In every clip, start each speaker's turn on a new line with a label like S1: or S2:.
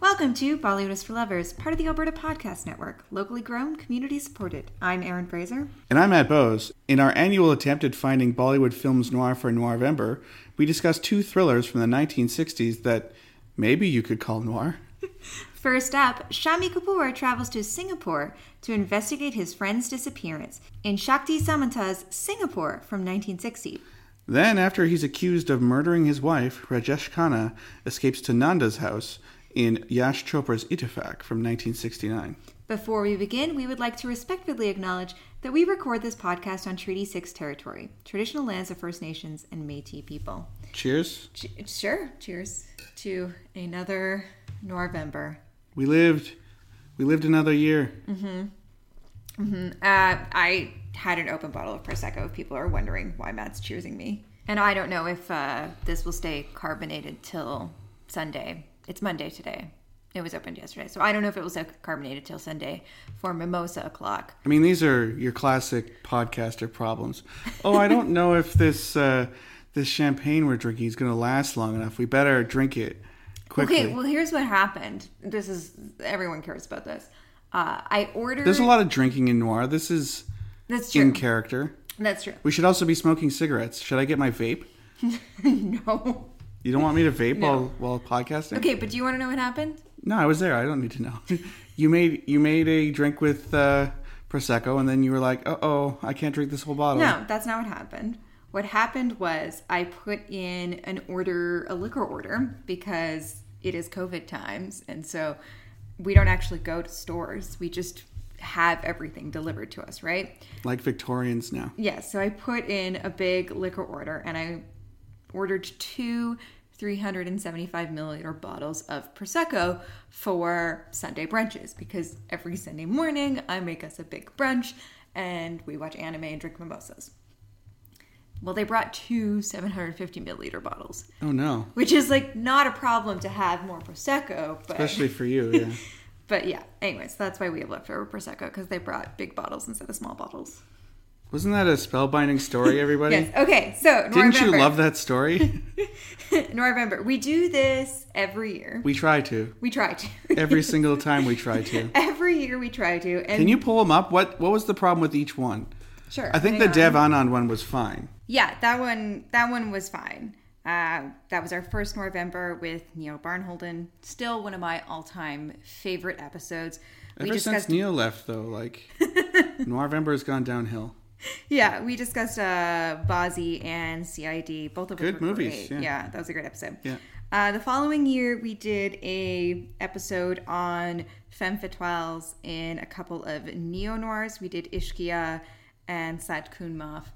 S1: Welcome to Bollywood is for Lovers, part of the Alberta Podcast Network, locally grown, community supported. I'm Aaron Fraser.
S2: And I'm Matt Bowes. In our annual attempt at finding Bollywood films noir for Noirvember, we discuss two thrillers from the 1960s that maybe you could call noir.
S1: First up, Shami Kapoor travels to Singapore to investigate his friend's disappearance in Shakti Samanta's Singapore from 1960.
S2: Then, after he's accused of murdering his wife, Rajesh Khanna escapes to Nanda's house in Yash Chopra's Itafak from 1969.
S1: Before we begin, we would like to respectfully acknowledge that we record this podcast on Treaty 6 territory, traditional lands of First Nations and Metis people.
S2: Cheers.
S1: Che- sure, cheers to another November.
S2: We lived. We lived another year.
S1: Uh, I had an open bottle of Prosecco if people are wondering why Matt's choosing me. And I don't know if uh, this will stay carbonated till Sunday. It's Monday today. It was opened yesterday. So I don't know if it will stay carbonated till Sunday for mimosa o'clock.
S2: I mean, these are your classic podcaster problems. Oh, I don't know if this uh, this champagne we're drinking is going to last long enough. We better drink it quickly.
S1: Okay, well, here's what happened. This is, everyone cares about this. Uh, I ordered.
S2: There's a lot of drinking in noir. This is
S1: That's true.
S2: in character.
S1: That's true.
S2: We should also be smoking cigarettes. Should I get my vape?
S1: no.
S2: You don't want me to vape while while podcasting?
S1: Okay, but do you want to know what happened?
S2: No, I was there. I don't need to know. you made you made a drink with uh, prosecco, and then you were like, "Uh oh, I can't drink this whole bottle."
S1: No, that's not what happened. What happened was I put in an order, a liquor order, because it is COVID times. And so we don't actually go to stores. We just have everything delivered to us, right?
S2: Like Victorians now.
S1: Yeah, so I put in a big liquor order and I ordered two 375 milliliter bottles of Prosecco for Sunday brunches because every Sunday morning I make us a big brunch and we watch anime and drink mimosas. Well, they brought two 750 milliliter bottles,
S2: Oh no,
S1: which is like not a problem to have more Prosecco, but.
S2: especially for you. Yeah.
S1: but yeah, anyways, that's why we have leftover Prosecco because they brought big bottles instead of small bottles.
S2: Wasn't that a spellbinding story, everybody?
S1: Yes. Okay. So
S2: Didn't you
S1: November.
S2: love that story?
S1: November. We do this every year.
S2: we try to.
S1: We try to.
S2: Every single time we try to.
S1: every year we try to. And
S2: Can you pull them up? What What was the problem with each one?
S1: Sure.
S2: I think
S1: hang
S2: the
S1: on.
S2: Dev Anand one was fine.
S1: Yeah, that one. That one was fine. Uh, that was our first November with Neil Barnholden. Still one of my all-time favorite episodes.
S2: Ever since Neil left, though, like Noirvember has gone downhill.
S1: Yeah, we discussed uh Bozzy and CID, both of which
S2: Good
S1: were
S2: movies,
S1: Great.
S2: yeah.
S1: that was a great episode.
S2: Yeah.
S1: Uh, the following year, we did a episode on femme fatales in a couple of neo noirs. We did Ishkia and Sat Kun Maf.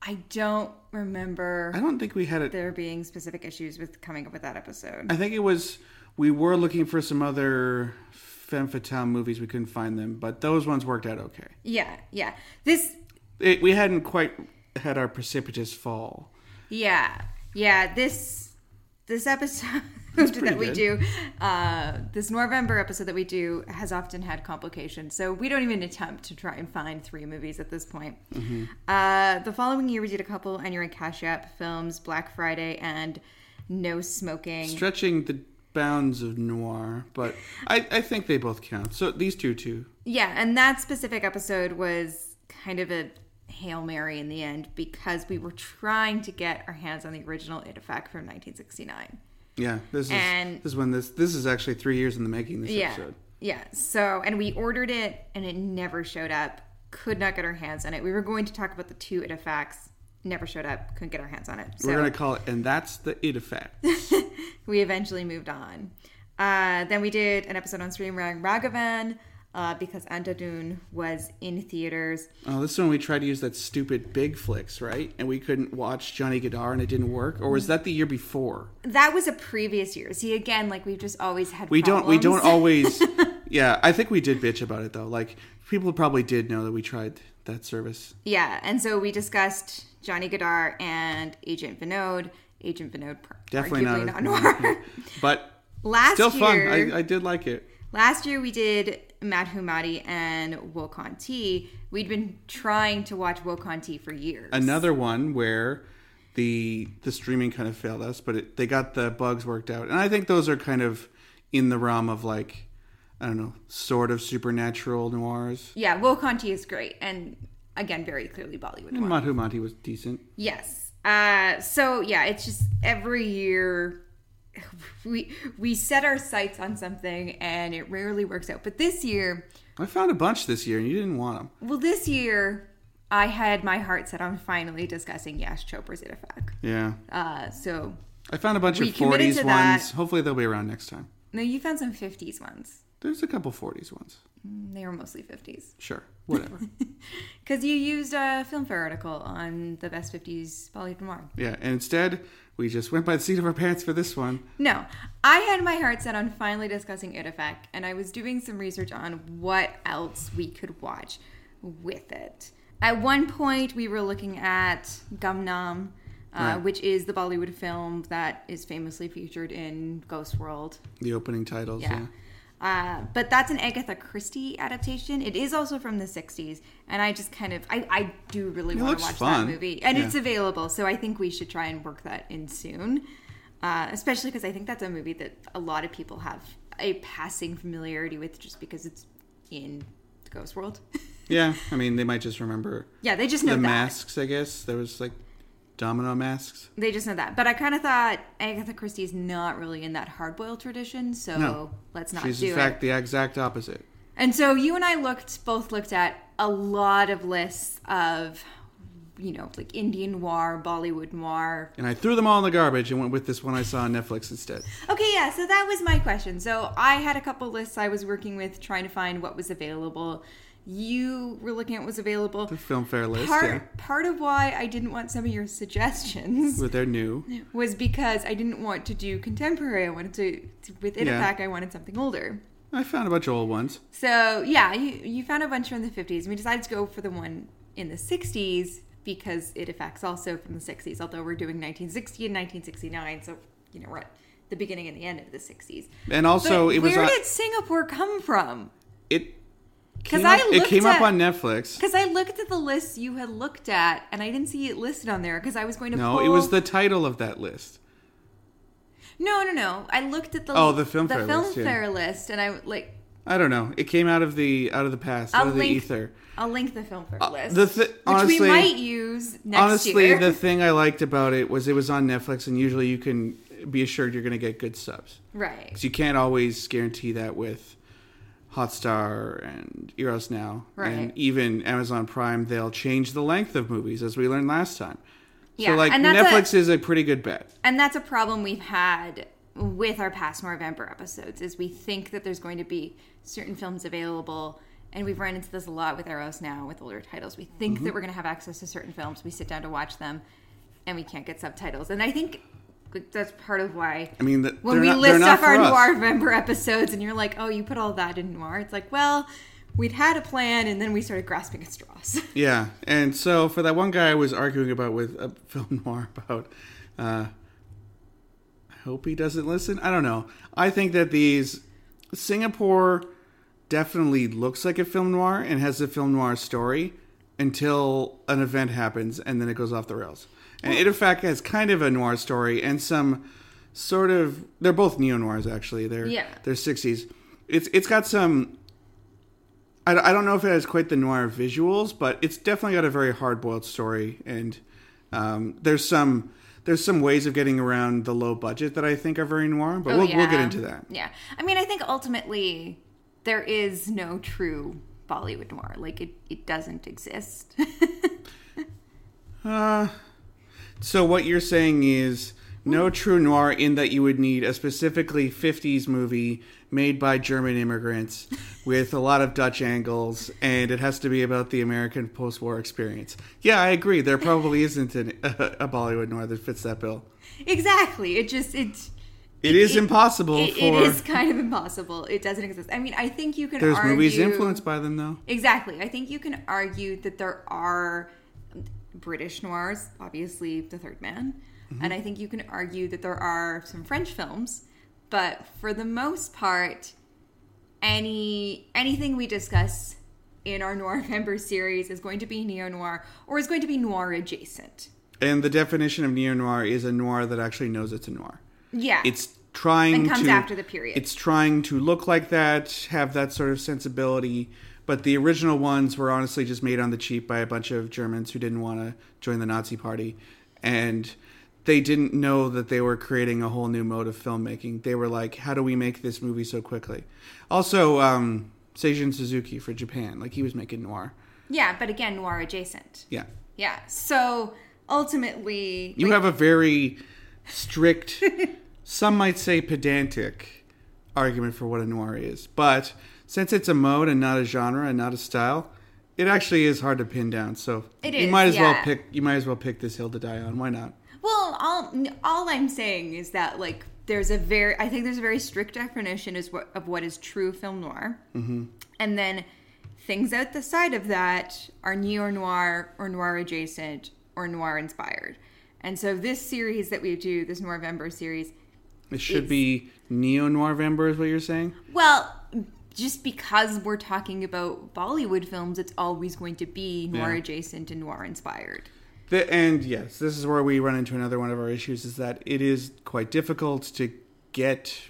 S1: I don't remember
S2: I don't think we had it.
S1: there being specific issues with coming up with that episode.
S2: I think it was we were looking for some other femme fatale movies. We couldn't find them, but those ones worked out okay.
S1: yeah, yeah. This
S2: It, we hadn't quite had our precipitous fall.
S1: Yeah, yeah. This this episode
S2: pretty
S1: that we
S2: good.
S1: do, uh, this November episode that we do, has often had complications. So we don't even attempt to try and find three movies at this point.
S2: Mm-hmm.
S1: Uh, the following year, we did a couple Enya and Kashyap films, Black Friday and No Smoking.
S2: Stretching the bounds of noir, but I, I think they both count. So these two, too.
S1: Yeah, and that specific episode was kind of a Hail Mary in the end because we were trying to get our hands on the original It Effect from 1969.
S2: Yeah, this is
S1: And-
S2: this is when this this is actually three years in the making. This
S1: yeah.
S2: episode.
S1: Yeah. So, and we ordered it and it never showed up. Could not get our hands on it. We were going to talk about the two Itafacts. Never showed up. Couldn't get our hands on it. So
S2: We're gonna call it, and that's the it effect.
S1: we eventually moved on. Uh, then we did an episode on Streamrang Ragavan uh, because Andadun was in theaters.
S2: Oh, this is when we tried to use that stupid big flicks, right? And we couldn't watch Johnny Godard, and it didn't work. Or was that the year before?
S1: That was a previous year. See, again, like we've just always had.
S2: We don't. We don't
S1: problems.
S2: always. yeah, I think we did bitch about it though. Like people probably did know that we tried that service.
S1: Yeah, and so we discussed Johnny Godard and Agent Vinod. Agent Vinod, pr-
S2: Definitely
S1: arguably
S2: not.
S1: not noir.
S2: But
S1: Last
S2: still
S1: year,
S2: fun. I, I did like it.
S1: Last year we did Madhu Madi and Wokon T. We'd been trying to watch Wokon T for years.
S2: Another one where the the streaming kind of failed us, but it, they got the bugs worked out, and I think those are kind of in the realm of like I don't know, sort of supernatural noirs.
S1: Yeah, Will Conti is great, and again, very clearly Bollywood.
S2: And
S1: noir.
S2: Madhu Mati was decent.
S1: Yes. Uh, so yeah, it's just every year we we set our sights on something, and it rarely works out. But this year,
S2: I found a bunch this year, and you didn't want them.
S1: well, this year I had my heart set on finally discussing Yash Chopra's Itafak.
S2: Yeah,
S1: Uh, so
S2: I found a bunch
S1: We
S2: of
S1: committed
S2: '40s
S1: to
S2: ones.
S1: that.
S2: Hopefully, they'll be around next time.
S1: no, you found some '50s ones.
S2: There's a couple '40s ones.
S1: Mm, They were mostly '50s
S2: Sure, whatever.
S1: because you used a Filmfare article on the best '50s Bollywood noir.
S2: yeah, and instead, we just went by the seat of our pants for this one.
S1: No, I had my heart set on finally discussing Artifact, and I was doing some research on what else we could watch with it. At one point, we were looking at Gumnam, uh,
S2: Right.
S1: which is the Bollywood film that is famously featured in Ghost World.
S2: The opening titles. Yeah.
S1: Yeah. Uh, but that's an Agatha Christie adaptation. It is also from the 60s, and I just kind of I, I do really
S2: It
S1: want
S2: looks
S1: to watch
S2: fun.
S1: that movie, and
S2: Yeah.
S1: it's available, so I think we should try and work that in soon. Uh, especially because I think that's a movie that a lot of people have a passing familiarity with, just because it's in the Ghost World.
S2: Yeah, I mean, they might just remember
S1: yeah, they just know
S2: the
S1: that.
S2: masks. I guess there was like domino masks.
S1: They just know that. But I kind of thought Agatha Christie's not really in that hardboiled tradition, so
S2: No.
S1: let's not
S2: She's
S1: do
S2: in
S1: it.
S2: fact the exact opposite.
S1: And so you and I looked both looked at a lot of lists of you know like Indian noir, Bollywood noir.
S2: And I threw them all in the garbage and went with this one I saw on Netflix instead.
S1: Okay, yeah, so that was my question. So I had a couple lists I was working with trying to find what was available. You were looking at what was available.
S2: The Filmfare list,
S1: part
S2: yeah,
S1: part of why I didn't want some of your suggestions
S2: with their new.
S1: was because I didn't want to do contemporary. I wanted to, to with
S2: Yeah.
S1: Itapak, I wanted something older.
S2: I found a bunch of old ones.
S1: So yeah, you, you found a bunch from the 50s. We decided to go for the one in the 60s because it affects also from the 60s, although we're doing 1960 and 1969. So, you know, we're at the beginning and the end of the 60s.
S2: And also,
S1: But
S2: it was
S1: where
S2: on,
S1: did Singapore come from?
S2: it.
S1: 'Cause
S2: Came
S1: I
S2: up, it
S1: looked
S2: came up
S1: at-
S2: on Netflix.
S1: Because I looked at the list you had looked at and I didn't see it listed on there because I was going to
S2: No,
S1: pull...
S2: it was the title of that list.
S1: No, no, no. I looked at the
S2: Oh, the Filmfare
S1: the
S2: list, yeah.
S1: Filmfare list and I like
S2: I don't know. It came out of the out of the past, out
S1: I'll
S2: of the
S1: link
S2: ether.
S1: I'll link the Filmfare
S2: Uh,
S1: list,
S2: the thi-
S1: which we
S2: honestly-
S1: might use next
S2: Honestly,
S1: year.
S2: the thing I liked about it was it was on Netflix, and usually you can be assured you're going to get good subs
S1: right.
S2: because you can't always guarantee that with Hotstar and Eros Now,
S1: Right.
S2: and even Amazon Prime. They'll change the length of movies, as we learned last time.
S1: Yeah,
S2: so like
S1: and that's a-
S2: Netflix is a pretty good bet.
S1: And that's a problem we've had with our past November episodes is we think that there's going to be certain films available and we've run into this a lot with Eros now with older titles. We think
S2: Mm-hmm.
S1: that we're going to have access to certain films. We sit down to watch them and we can't get subtitles. And I think like, that's part of why
S2: I mean, th-
S1: when
S2: they're
S1: we
S2: not, they're
S1: list
S2: not
S1: off our
S2: for us.
S1: noir November episodes and you're like, "Oh, you put all that in noir." It's like, "Well, we'd had a plan and then we started grasping at straws."
S2: Yeah, and so for that one guy I was arguing about with a film noir about, uh, I hope he doesn't listen. I don't know. I think that these Singapore definitely looks like a film noir and has a film noir story until an event happens and then it goes off the rails. And it in fact has kind of a noir story and some sort of they're both neo noirs actually. They're
S1: Yeah.
S2: they're sixties. It's it's got some I, I don't know if it has quite the noir visuals, but it's definitely got a very hard boiled story, and um, there's some there's some ways of getting around the low budget that I think are very noir, but
S1: Oh,
S2: we'll, we'll get
S1: yeah.
S2: into that.
S1: Yeah. I mean, I think ultimately there is no true Bollywood noir. Like, it, it doesn't exist.
S2: Uh, so what you're saying is no
S1: Hmm.
S2: true noir in that you would need a specifically 50s movie made by German immigrants with a lot of Dutch angles, and it has to be about the American post-war experience. Yeah, I agree. There probably isn't an, a Bollywood noir that fits that bill.
S1: exactly. It just, it's.
S2: it is
S1: it-
S2: impossible
S1: It,
S2: for
S1: it is kind of impossible. It doesn't exist. I mean, I think you can
S2: there's
S1: argue.
S2: movies influenced by them though
S1: Exactly. I think you can argue that there are British noirs, obviously The Third Man,
S2: Mm-hmm.
S1: and I think you can argue that there are some French films, but for the most part, any anything we discuss in our Noir November series is going to be neo noir or is going to be noir adjacent.
S2: and the definition of neo-noir is a noir that actually knows it's a noir
S1: Yeah.
S2: it's trying
S1: And comes
S2: to
S1: after the period.
S2: It's trying to look like that, have that sort of sensibility. But the original ones were honestly just made on the cheap by a bunch of Germans who didn't want to join the Nazi Party, and they didn't know that they were creating a whole new mode of filmmaking. They were like, "How do we make this movie so quickly?" Also, um, Seijin Suzuki for Japan, like he was making noir.
S1: Yeah, but again, noir adjacent.
S2: Yeah,
S1: Yeah. So ultimately,
S2: You have a very strict, some might say pedantic, argument for what a noir is. But since it's a mode and not a genre and not a style, it actually is hard to pin down. So
S1: It
S2: you
S1: is,
S2: might as well
S1: yeah.
S2: pick. You might as well pick this hill to die on. Why not?
S1: Well, all all I'm saying is that like there's a very I think there's a very strict definition is what of what is true film noir, mm-hmm. and then things out the side of that are neo noir or noir adjacent or noir inspired, and so this series that we do this Noirvember series,
S2: It should
S1: It's-
S2: be neo noir vamber, is what you're saying.
S1: well. Just because we're talking about Bollywood films, it's always going to be noir
S2: Yeah.
S1: adjacent and noir inspired.
S2: The, and yes, this is where we run into another one of our issues is that it is quite difficult to get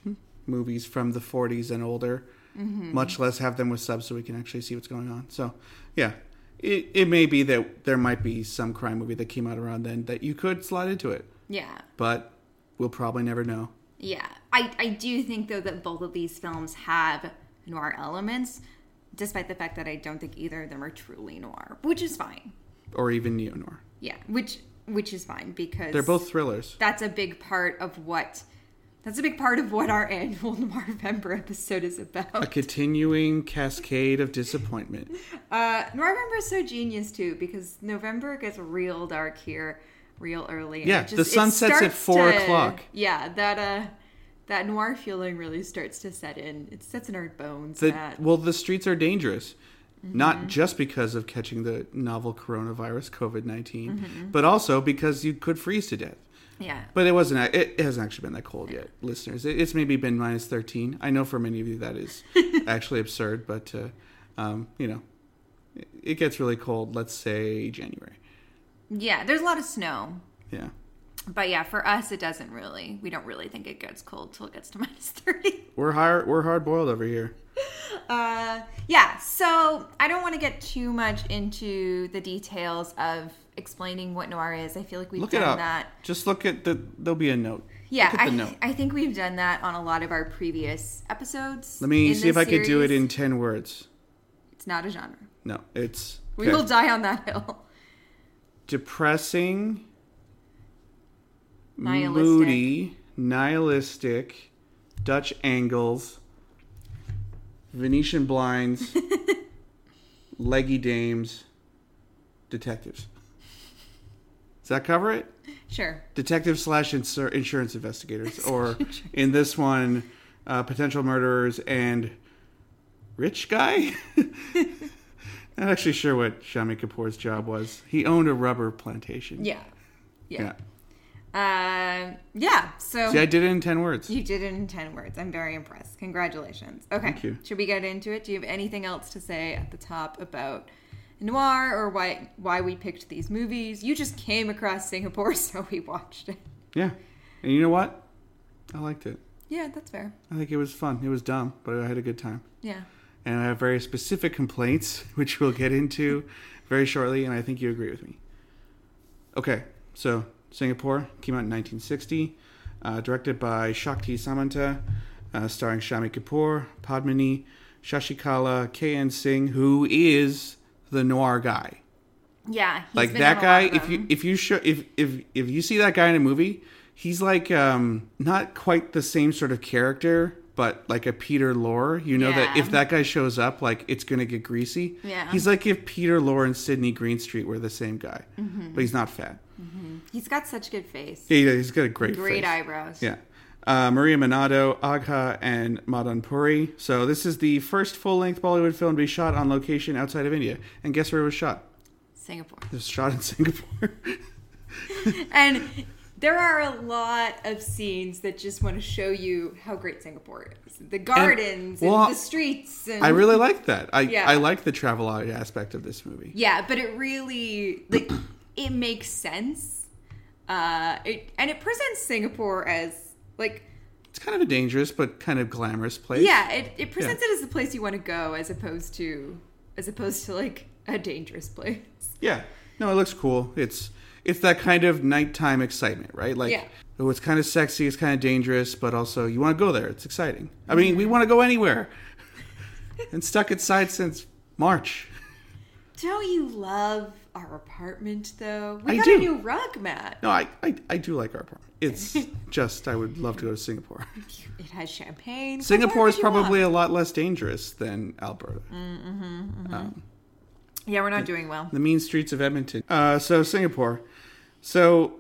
S2: movies from the 40s and older, much less have them with subs so we can actually see what's going on. So, yeah, it, it may be that there might be some crime movie that came out around then that you could slide into it,
S1: Yeah.
S2: but we'll probably never know.
S1: Yeah, I, I do think though that both of these films have noir elements, despite the fact that I don't think either of them are truly noir, which is fine.
S2: Or even neo noir.
S1: Yeah, which which is fine because
S2: They're both thrillers.
S1: That's a big part of what. That's a big part of what our annual Noir November episode is
S2: A
S1: about.
S2: continuing cascade of disappointment.
S1: Uh, Noir November is so genius too because November gets real dark here, real early. and
S2: Yeah,
S1: it
S2: the sun
S1: it
S2: sets at
S1: starts
S2: four
S1: to-
S2: o'clock.
S1: Yeah, that uh, that noir feeling really starts to set in. It sets in our bones.
S2: The,
S1: that
S2: Well, the streets are dangerous,
S1: Mm-hmm.
S2: not just because of catching the novel coronavirus COVID 19
S1: Mm-hmm.
S2: but also because you could freeze to death.
S1: Yeah.
S2: But it wasn't. a- It, it hasn't actually been that cold yet, listeners. It, it's maybe been minus thirteen. I know for many of you that is actually absurd, but uh, um, you know, it, it gets really cold. Let's say January.
S1: Yeah, there's a lot of snow.
S2: Yeah.
S1: But yeah, for us it doesn't really. We don't really think it gets cold till it gets to minus 30.
S2: We're hard. We're hard boiled over here.
S1: Uh yeah, so I don't want to get too much into the details of explaining what noir is. I feel like we've
S2: Look
S1: done
S2: it up.
S1: that.
S2: Just look at the. There'll be a note.
S1: Yeah,
S2: Look at the
S1: I,
S2: note.
S1: I think we've done that on a lot of our previous episodes.
S2: Let me
S1: in
S2: see
S1: this
S2: if I could do it
S1: series.
S2: in ten words.
S1: It's not a genre.
S2: No, it's.
S1: We
S2: Okay.
S1: will die on that hill.
S2: depressing,
S1: Nihilistic.
S2: moody, nihilistic, Dutch angles, Venetian blinds, leggy dames, detectives. Does that cover it?
S1: Sure.
S2: Detective slash insur- insurance investigators, or in this one, uh, potential murderers and rich guy. Not actually sure what Shami Kapoor's job was. He owned a rubber plantation.
S1: Yeah.
S2: Yeah.
S1: Yeah. Yeah. Uh, yeah. So
S2: See, I did it in 10 words.
S1: You did it in 10 words. I'm very impressed. Congratulations. Okay.
S2: Thank you.
S1: Should we get into it? Do you have anything else to say at the top about noir or why why we picked these movies? You just came across Singapore, so we watched it.
S2: Yeah. And you know what? I liked it.
S1: Yeah, that's fair.
S2: I think it was fun. It was dumb, but I had a good time.
S1: Yeah.
S2: And I have very specific complaints, which we'll get into very shortly, and I think you agree with me. Okay, so Singapore came out in 1960, uh, directed by Shakti Samanta, uh, starring Shami Kapoor, Padmini, Shashikala, K.N. Singh, who is the noir guy.
S1: Yeah. he's
S2: like
S1: been in
S2: that
S1: a lot
S2: guy
S1: of
S2: if you
S1: them.
S2: if you show if if if you see that guy in a movie he's like um not quite the same sort of character but like a peter lorre you know that
S1: Yeah.
S2: if that guy shows up like it's gonna get greasy
S1: Yeah.
S2: he's like if peter lorre and sidney greenstreet were the same guy
S1: Mm-hmm.
S2: but he's not fat
S1: He's got such good face.
S2: yeah he's got a great
S1: Great
S2: face.
S1: eyebrows.
S2: Yeah. Uh, Maria Manado, Agha, and Madan Puri. So this is the first full-length Bollywood film to be shot on location outside of India. And guess where it was shot?
S1: Singapore.
S2: It was shot in Singapore.
S1: and there are a lot of scenes that just want to show you how great Singapore is. The gardens and,
S2: well,
S1: the streets and
S2: I really like that. I
S1: Yeah.
S2: I like the travelogue aspect of this movie.
S1: Yeah, but it really like it makes sense. Uh, it and it presents Singapore as like
S2: It's kind of a dangerous but kind of glamorous place.
S1: Yeah, it, it presents it as the place you want to go as opposed to as opposed to like a dangerous place.
S2: Yeah. No, it looks cool. It's it's that kind of nighttime excitement, right? Like
S1: Yeah.
S2: oh, it's kind of sexy, it's kind of dangerous, but also you want to go there. It's exciting. I mean, we want to go anywhere. and stuck inside since March.
S1: Don't you love our apartment though? We
S2: I
S1: got
S2: do.
S1: a new rug, Matt.
S2: No, I, I I do like our apartment. It's just I would love to go to Singapore.
S1: It has champagne. What more
S2: Singapore is
S1: could you want? Mm-hmm,
S2: probably a lot less dangerous than Alberta. Um,
S1: Yeah, we're not doing well.
S2: the mean streets of Edmonton. Uh, so Singapore. So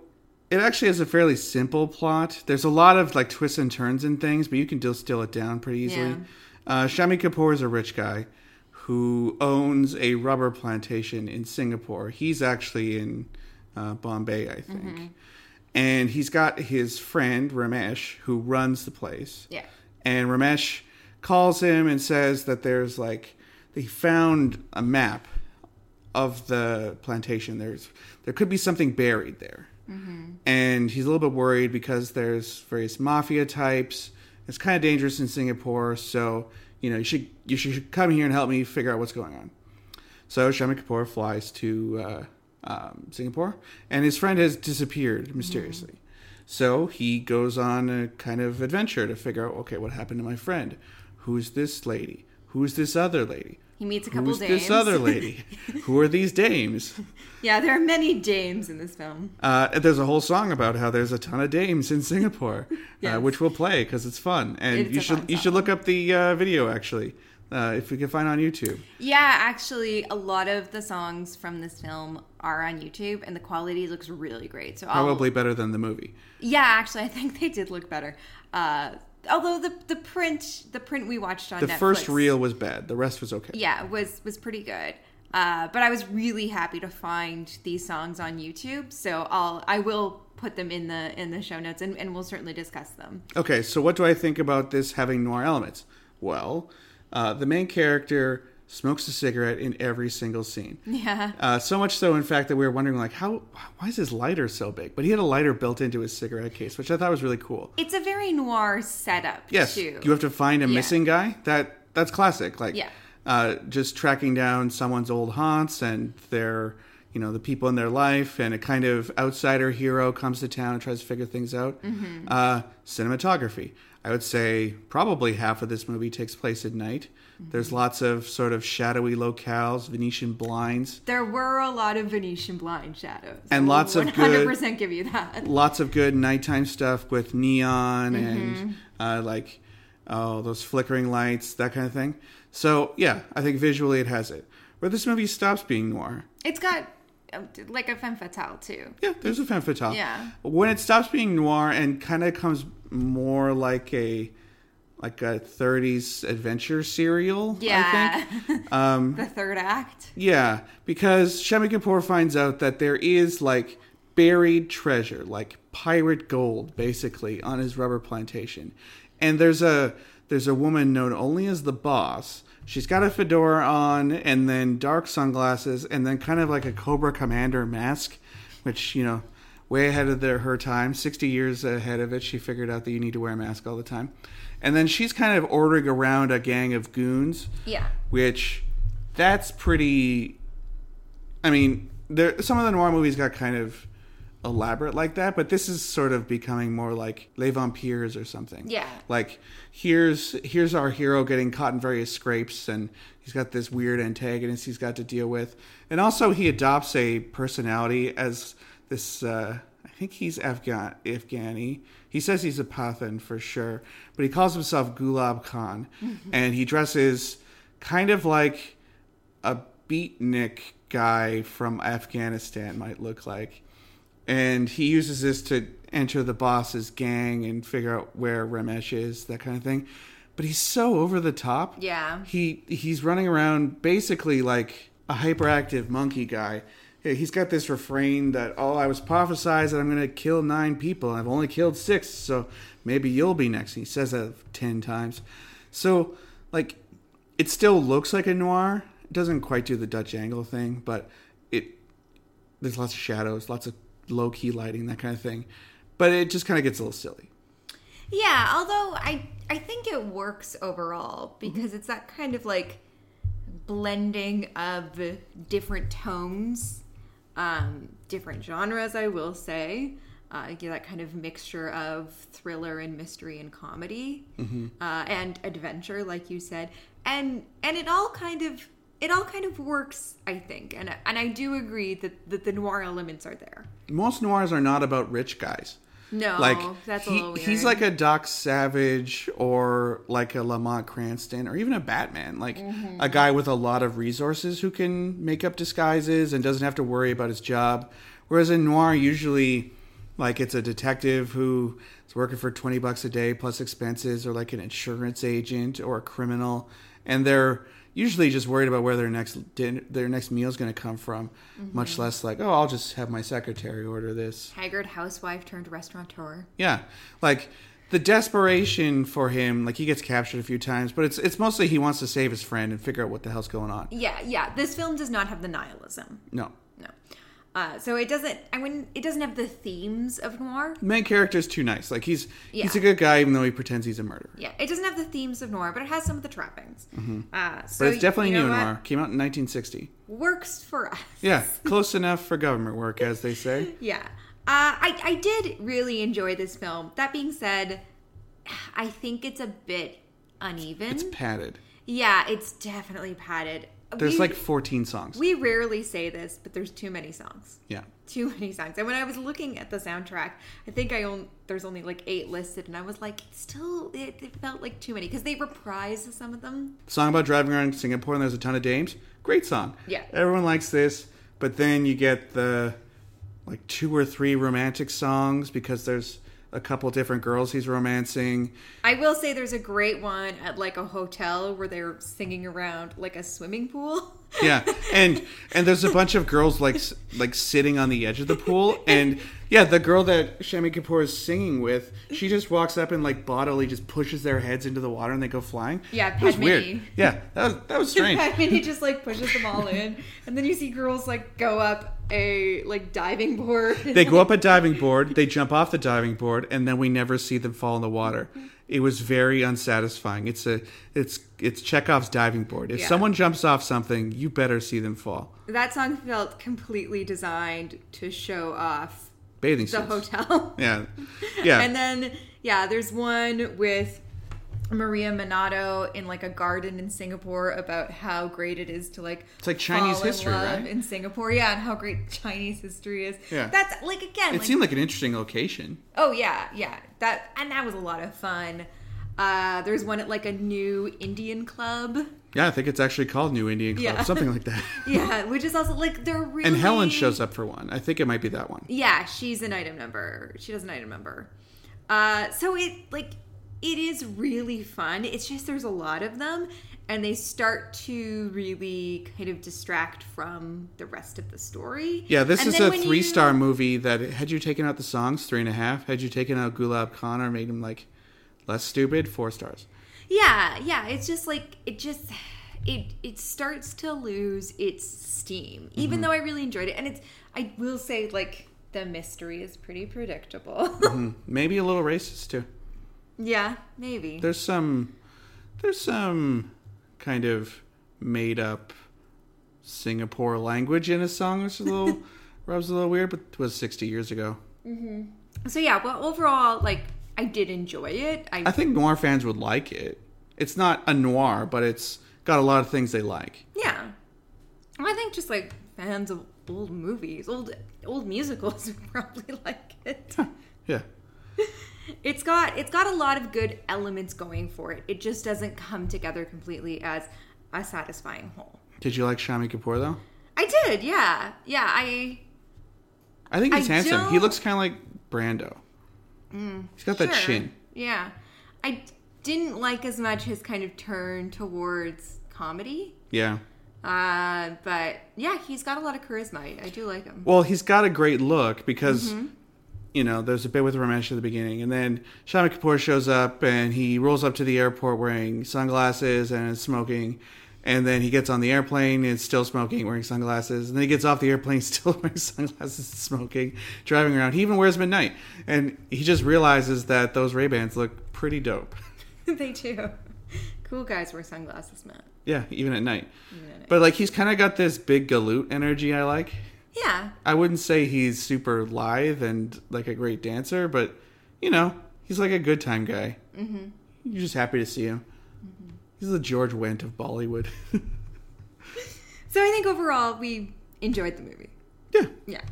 S2: it actually has a fairly simple plot. There's a lot of like twists and turns and things, but you can distill it down pretty easily.
S1: Yeah.
S2: Uh, Shami Kapoor is a rich guy who owns a rubber plantation in Singapore. He's actually in uh, Bombay, I think.
S1: Mm-hmm.
S2: And he's got his friend Ramesh, who runs the place.
S1: Yeah.
S2: And Ramesh calls him and says that there's like they found a map of the plantation. There's there could be something buried there, and he's a little bit worried because there's various mafia types. It's kind of dangerous in Singapore, so you know you should you should come here and help me figure out what's going on. So Shami Kapoor flies to uh, um, Singapore, and his friend has disappeared mysteriously.
S1: Mm-hmm.
S2: So he goes on a kind of adventure to figure out, okay, what happened to my friend? Who's this lady? Who's this other lady?
S1: He meets a couple
S2: Who's
S1: dames.
S2: this other lady? Who are these dames?
S1: yeah, there are many dames in this film.
S2: Uh, and there's a whole song about how there's a ton of dames in Singapore, uh,
S1: Yes.
S2: which we'll play because it's fun. And
S1: It's
S2: you
S1: a
S2: should
S1: fun
S2: you should
S1: song.
S2: look up the uh, video actually, uh, if we can find on YouTube.
S1: Yeah, actually, a lot of the songs from this film are on YouTube, and the quality looks really great. So I'll-
S2: Probably better than the movie.
S1: yeah, actually, I think they did look better. Uh, although the the print the print we watched on
S2: The
S1: Netflix,
S2: first reel was bad. The rest was okay.
S1: yeah was was pretty good. Uh, but I was really happy to find these songs on YouTube, so I'll I will put them in the in the show notes, and, and we'll certainly discuss them.
S2: Okay, so what do I think about this having noir elements? Well, uh, the main character smokes a cigarette in every single scene.
S1: Yeah,
S2: Uh, so much so, in fact, that we were wondering, like, how why is his lighter so big? But he had a lighter built into his cigarette case, which I thought was really cool.
S1: it's a very noir setup.
S2: Yes,
S1: too.
S2: you have to find a
S1: Yeah.
S2: missing guy. That that's classic. Like,
S1: Yeah.
S2: uh, just tracking down someone's old haunts and their, you know, the people in their life, and a kind of outsider hero comes to town and tries to figure things out.
S1: Mm-hmm.
S2: Uh, cinematography. I would say probably half of this movie takes place at night.
S1: Mm-hmm.
S2: There's lots of sort of shadowy locales, Venetian blinds.
S1: There were a lot of Venetian blind shadows.
S2: And lots of good-
S1: 100% give you that.
S2: lots of good nighttime stuff with
S1: Mm-hmm.
S2: neon and uh, like oh those flickering lights that kind of thing so yeah i think visually it has it where this movie stops being noir
S1: It's got um, like a femme fatale too.
S2: yeah there's a femme fatale
S1: Yeah.
S2: when it stops being noir and kind of comes more like a like a 30s adventure serial i
S1: Yeah.
S2: think um
S1: The third act.
S2: Yeah, because Shami Kapoor finds out that there is like buried treasure, like pirate gold, basically, on his rubber plantation. And there's a there's a woman known only as the boss. She's got a fedora on, and then dark sunglasses, and then kind of like a Cobra Commander mask, which you know, way ahead of their her time, sixty years ahead of it. She figured out that you need to wear a mask all the time. And then she's kind of ordering around a gang of goons
S1: Yeah.
S2: which that's pretty i mean there some of the noir movies got kind of elaborate like that but this is sort of becoming more like les vampires or something
S1: Yeah.
S2: like here's here's our hero getting caught in various scrapes and he's got this weird antagonist he's got to deal with and also he adopts a personality as this uh i think he's afghan afghani he says he's a pathan for sure but he calls himself gulab khan and he dresses kind of like a beatnik guy from Afghanistan might look like. And he uses this to enter the boss's gang and figure out where Ramesh is, that kind of thing. But he's so over the top.
S1: Yeah.
S2: He he's running around basically like a hyperactive monkey guy. Yeah, He's got this refrain that, oh, I was prophesized that I'm going to kill nine people, and I've only killed six, so maybe you'll be next. And he says that 10 times. So, like, it still looks like a noir. It doesn't quite do the Dutch angle thing, but it there's lots of shadows, lots of low key lighting, that kind of thing. But it just kind of gets a little silly.
S1: Yeah, although I I think it works overall
S2: Mm-hmm.
S1: because it's that kind of like blending of different tones, um, different genres. I will say, uh, you get that kind of mixture of thriller and mystery and comedy
S2: Mm-hmm.
S1: uh, and adventure, like you said, and and it all kind of it all kind of works, I think, and and I do agree that that the noir elements are there.
S2: Most noirs are not about rich guys.
S1: No,
S2: like
S1: that's a
S2: he-
S1: little weird.
S2: he's like a Doc Savage or like a Lamont Cranston or even a Batman, like a
S1: Mm-hmm.
S2: guy with a lot of resources who can make up disguises and doesn't have to worry about his job. Whereas in noir, usually, like it's a detective who is working for twenty bucks a day plus expenses, or like an insurance agent or a criminal, and they're usually just worried about where their next din- their next meal is going to come from, much
S1: Mm-hmm.
S2: less like oh, I'll just have my secretary order this.
S1: haggard housewife turned restaurateur.
S2: Yeah, like the desperation for him, like he gets captured a few times, but it's it's mostly he wants to save his friend and figure out what the hell's going on.
S1: Yeah, yeah. This film does not have the nihilism.
S2: No,
S1: No. Uh, so it doesn't. I mean, it doesn't have the themes of noir.
S2: the main character is too nice. Like he's he's a
S1: Yeah.
S2: good guy, even though he pretends he's a murderer.
S1: Yeah, it doesn't have the themes of noir, but it has some of the trappings. Uh, so
S2: Mm-hmm. But it's definitely
S1: you know
S2: new
S1: what?
S2: noir. Came out in 1960.
S1: Works for us.
S2: Yeah, close enough for government work, as they say.
S1: Yeah. Uh, I, I did really enjoy this film. That being said, I think it's a bit uneven.
S2: It's padded.
S1: yeah, it's definitely padded.
S2: There's
S1: we,
S2: like 14 songs.
S1: we rarely say this, but there's too many songs.
S2: Yeah,
S1: too many songs. And when I was looking at the soundtrack, I think I own there's only like eight listed, and I was like, still, it, it felt like too many because they reprise some of them.
S2: song about driving around Singapore and there's a ton of dames. Great song.
S1: Yeah.
S2: Everyone likes this, but then you get the like two or three romantic songs because there's a couple different girls he's romancing.
S1: I will say there's a great one at like a hotel where they're singing around like a swimming pool.
S2: Yeah. And and there's a bunch of girls like s- like sitting on the edge of the pool and yeah, the girl that Shami Kapoor is singing with, she just walks up and like bodily just pushes their heads into the water and they go flying.
S1: Yeah,
S2: That was
S1: Padmini.
S2: weird. Yeah, that was that was strange.
S1: I mean, he just like pushes them all in, and then you see girls like go up a like diving board.
S2: They go up a diving board, they jump off the diving board, and then we never see them fall in the water. It was very unsatisfying. It's a it's it's Chekhov's diving board. If
S1: Yeah.
S2: someone jumps off something, you better see them fall.
S1: That song felt completely designed to show off
S2: Bathing
S1: the
S2: suits.
S1: hotel. Oh
S2: Yeah, yeah.
S1: And then yeah, there's one with Maria Minato in like a garden in Singapore about how great it is to like
S2: It's like Chinese
S1: fall in
S2: history,
S1: love
S2: right?
S1: In Singapore, yeah, and how great Chinese history is.
S2: Yeah.
S1: that's like again,
S2: it
S1: like,
S2: seemed like an interesting location.
S1: oh yeah, yeah, that and that was a lot of fun. Uh, there's one at like a new Indian club.
S2: Yeah, I think it's actually called New Indian Club,
S1: Yeah.
S2: something like that.
S1: Yeah, which is also like they're really
S2: And Helen shows up for one. I think it might be that one.
S1: Yeah, she's an item number. She does an item number. Uh, so it like it is really fun. It's just there's a lot of them, and they start to really kind of distract from the rest of the story.
S2: Yeah, this
S1: And
S2: is
S1: then
S2: a
S1: when you-
S2: three star movie that had you taken out the songs, three and a half. Had you taken out Gulab Khan or made him like less stupid, four stars.
S1: Yeah, yeah. It's just like it just it it starts to lose its steam, even
S2: Mm-hmm.
S1: though I really enjoyed it. And it's I will say like the mystery is pretty predictable.
S2: Mm-hmm. Maybe a little racist too.
S1: yeah, maybe.
S2: There's some there's some kind of made up Singapore language in a song which is a little rubs a little weird, but it was sixty years ago.
S1: so yeah, well overall like. I did enjoy it. I
S2: I think noir fans would like it. It's not a noir, but it's got a lot of things they like.
S1: Yeah. I think just like fans of old movies, old old musicals would probably like it.
S2: Yeah.
S1: It's got it's got a lot of good elements going for it. It just doesn't come together completely as a satisfying whole.
S2: Did you like Shami Kapoor though?
S1: I did, yeah. Yeah, I
S2: I think he's
S1: I
S2: handsome. He
S1: don't- Mm.
S2: looks kind of like Brando. he's got that
S1: sure.
S2: chin.
S1: Yeah. I didn't like as much his kind of turn towards comedy.
S2: Yeah.
S1: Uh, but yeah, he's got a lot of charisma. I do like him.
S2: Well, he's got a great look because, you know, there's a bit with Ramesh at the beginning, and then Shami Kapoor shows up and he rolls up to the airport wearing sunglasses and is smoking, And then he gets on the airplane and still smoking, wearing sunglasses. And then he gets off the airplane, still wearing sunglasses, smoking, driving around. He even wears midnight, and he just realizes that those Ray Bans look pretty dope.
S1: they do. Cool guys wear sunglasses, Matt.
S2: Yeah, even at night.
S1: Even at night.
S2: But like he's kind of got this big galoot energy I like.
S1: Yeah,
S2: I wouldn't say he's super lithe and like a great dancer, but you know, he's like a good time guy. Mm-hmm. You're just happy to see him. He's the George Wendt of Bollywood.
S1: So I think overall we enjoyed the movie.
S2: yeah,
S1: Yeah.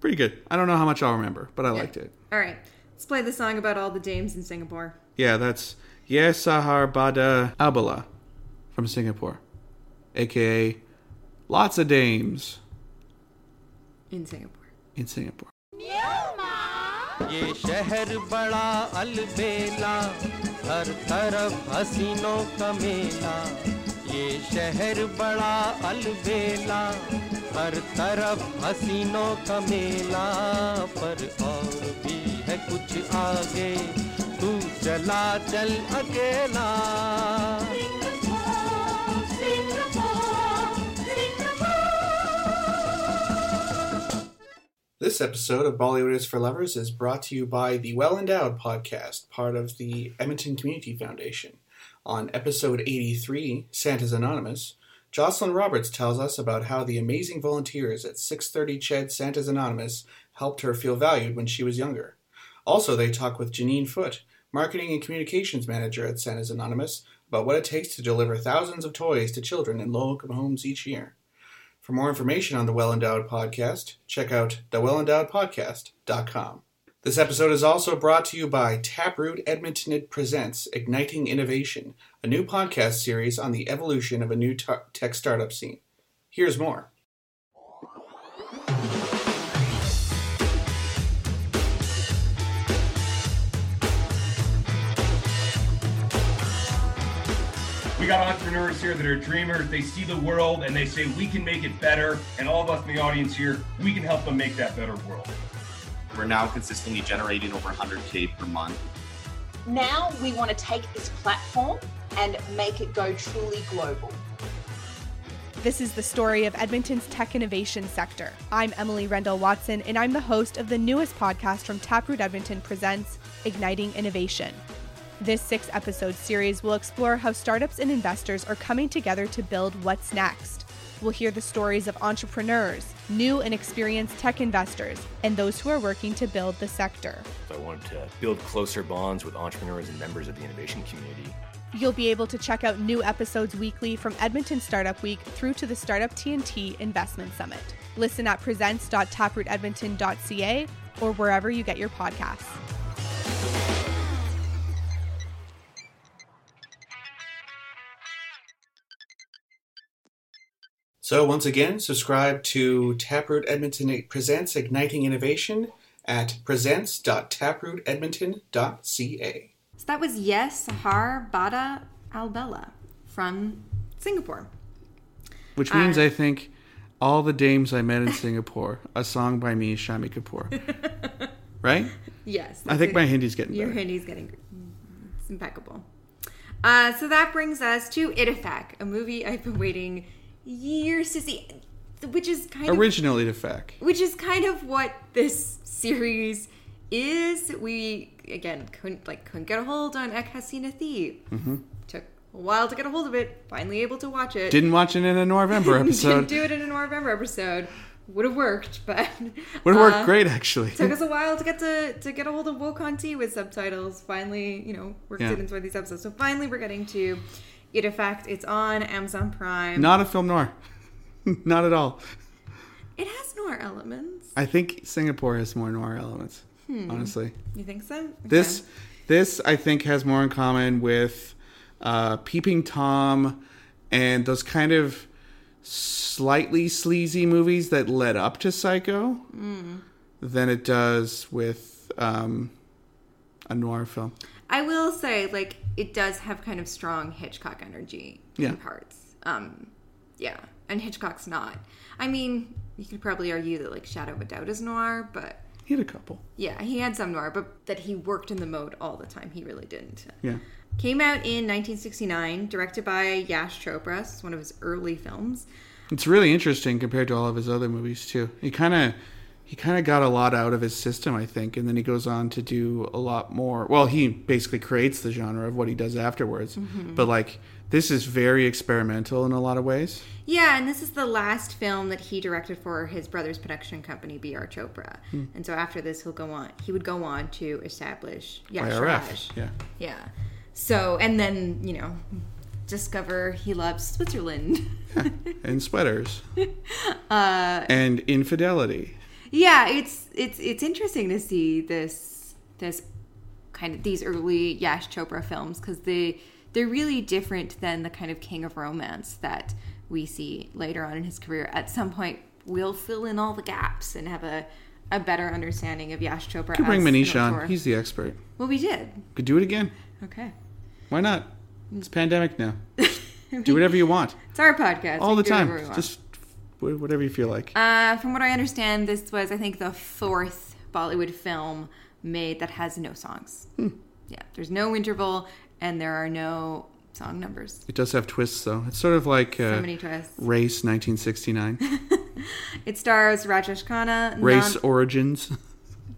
S2: pretty good. I don't know how much I'll remember, but I
S1: Yeah.
S2: liked it.
S1: All right. Let's play the song about all the dames in Singapore.
S2: Yeah, that's Yes Sahar Bada Abala from Singapore, aka lots of dames
S1: In Singapore.
S2: in Singapore.
S3: ये शहर बड़ा अलबेला हर तरफ हसीनों का मेला ये शहर बड़ा अलबेला हर तरफ हसीनों का मेला पर और भी है कुछ आगे तू चला चल अकेला
S4: This episode of Bollywood is for Lovers is brought to you by the Well Endowed podcast, part of the Edmonton Community Foundation. On episode 83, Santa's Anonymous, Jocelyn Roberts tells us about how the amazing volunteers at 630 Ched Santa's Anonymous helped her feel valued when she was younger. Also, they talk with Janine Foote, Marketing and Communications Manager at Santa's Anonymous, about what it takes to deliver thousands of toys to children in low-income homes each year. For more information on the Well Endowed Podcast, check out thewellendowedpodcast.com. This episode is also brought to you by Taproot Edmonton It Presents Igniting Innovation, a new podcast series on the evolution of a new ta- tech startup scene. Here's more.
S5: We got entrepreneurs here that are dreamers. They see the world and they say, we can make it better. And all of us in the audience here, we can help them make that better world.
S6: We're now consistently generating over 100K per month.
S7: Now we want to take this platform and make it go truly global.
S8: This is the story of Edmonton's tech innovation sector. I'm Emily Rendell Watson, and I'm the host of the newest podcast from Taproot Edmonton Presents Igniting Innovation. This six episode series will explore how startups and investors are coming together to build what's next. We'll hear the stories of entrepreneurs, new and experienced tech investors, and those who are working to build the sector.
S9: I wanted to build closer bonds with entrepreneurs and members of the innovation community.
S8: You'll be able to check out new episodes weekly from Edmonton Startup Week through to the Startup TNT Investment Summit. Listen at presents.taprootedmonton.ca or wherever you get your podcasts.
S4: So, once again, subscribe to Taproot Edmonton It Presents Igniting Innovation at presents.taprootedmonton.ca.
S1: So that was Yes Sahar Bada Albella from Singapore.
S2: Which means
S1: Uh.
S2: I think all the dames I met in Singapore, a song by me, Shami Kapoor. right?
S1: Yes.
S2: I think my Hindi's getting
S1: Your
S2: better.
S1: Hindi's getting it's impeccable. Uh, so that brings us to Itafak, a movie I've been waiting years to see, which is kind of
S2: Originally to fact.
S1: which is kind of what this series is. We again couldn't like couldn't get a hold on Ek Hasina Thief.
S2: Mm-hmm.
S1: Took a while to get a hold of it. Finally able to watch it.
S2: Didn't watch it in a November
S1: Didn't
S2: episode.
S1: do it in a November episode. Would have worked, but
S2: Would have worked
S1: uh,
S2: great actually.
S1: Took us a while to get to to get a hold of Wokon T with subtitles. Finally, you know, worked
S2: Yeah.
S1: it into these episodes. So finally, we're getting to it. Effect. It's on Amazon Prime.
S2: Not a film noir. Not at all.
S1: It has noir elements.
S2: I think Singapore has more noir elements.
S1: Hmm.
S2: Honestly.
S1: You think so? Okay.
S2: This this I think has more in common with uh, Peeping Tom and those kind of slightly sleazy movies that led up to Psycho than it does with um, a noir film.
S1: I will say, like, it does have kind of strong Hitchcock energy
S2: Yeah.
S1: in parts. Um, yeah, and Hitchcock's not. I mean, you could probably argue that like Shadow of a Doubt is noir, but
S2: He- He had a couple.
S1: Yeah, he had some noir, but that he worked in the mode all the time. He really didn't.
S2: Yeah.
S1: Came out in 1969, directed by Yash Chopra. It's one of his early films.
S2: It's really interesting compared to all of his other movies too. He kind of he kind of got a lot out of his system, I think, and then he goes on to do a lot more. Well, he basically creates the genre of what he does afterwards.
S1: Mm-hmm.
S2: But like this is very experimental in a lot of ways.
S1: Yeah, and this is the last film that he directed for his brother's production company, BR Chopra. And so after this, he'll go on. He would go on to establish Yash Raj.
S2: Yeah.
S1: Yeah. So, and then, you know, discover he loves Switzerland.
S2: And sweaters. uh and infidelity.
S1: yeah, it's it's it's interesting to see this this kind of these early Yash Chopra films cuz they they're really different than the kind of king of romance that we see later on in his career. At some point we'll fill in all the gaps and have a a better understanding of Yash Chopra.
S2: You bring
S1: as an
S2: Manish
S1: auteur.
S2: on. He's the expert.
S1: well, we did.
S2: Could do it again.
S1: Okay.
S2: Why not? It's pandemic now. Do whatever you want.
S1: It's our podcast.
S2: All
S1: We
S2: the
S1: can do whatever we
S2: time.
S1: want.
S2: Just wh- whatever you feel like.
S1: Uh, from what I understand, this was, I think, the fourth Bollywood film made that has no songs. Yeah, there's no interval, and there are no song numbers.
S2: It does have twists, though. It's sort of like uh,
S1: So many twists.
S2: Race 1969.
S1: It stars Rajesh Khanna.
S2: Race
S1: Nan-
S2: Origins.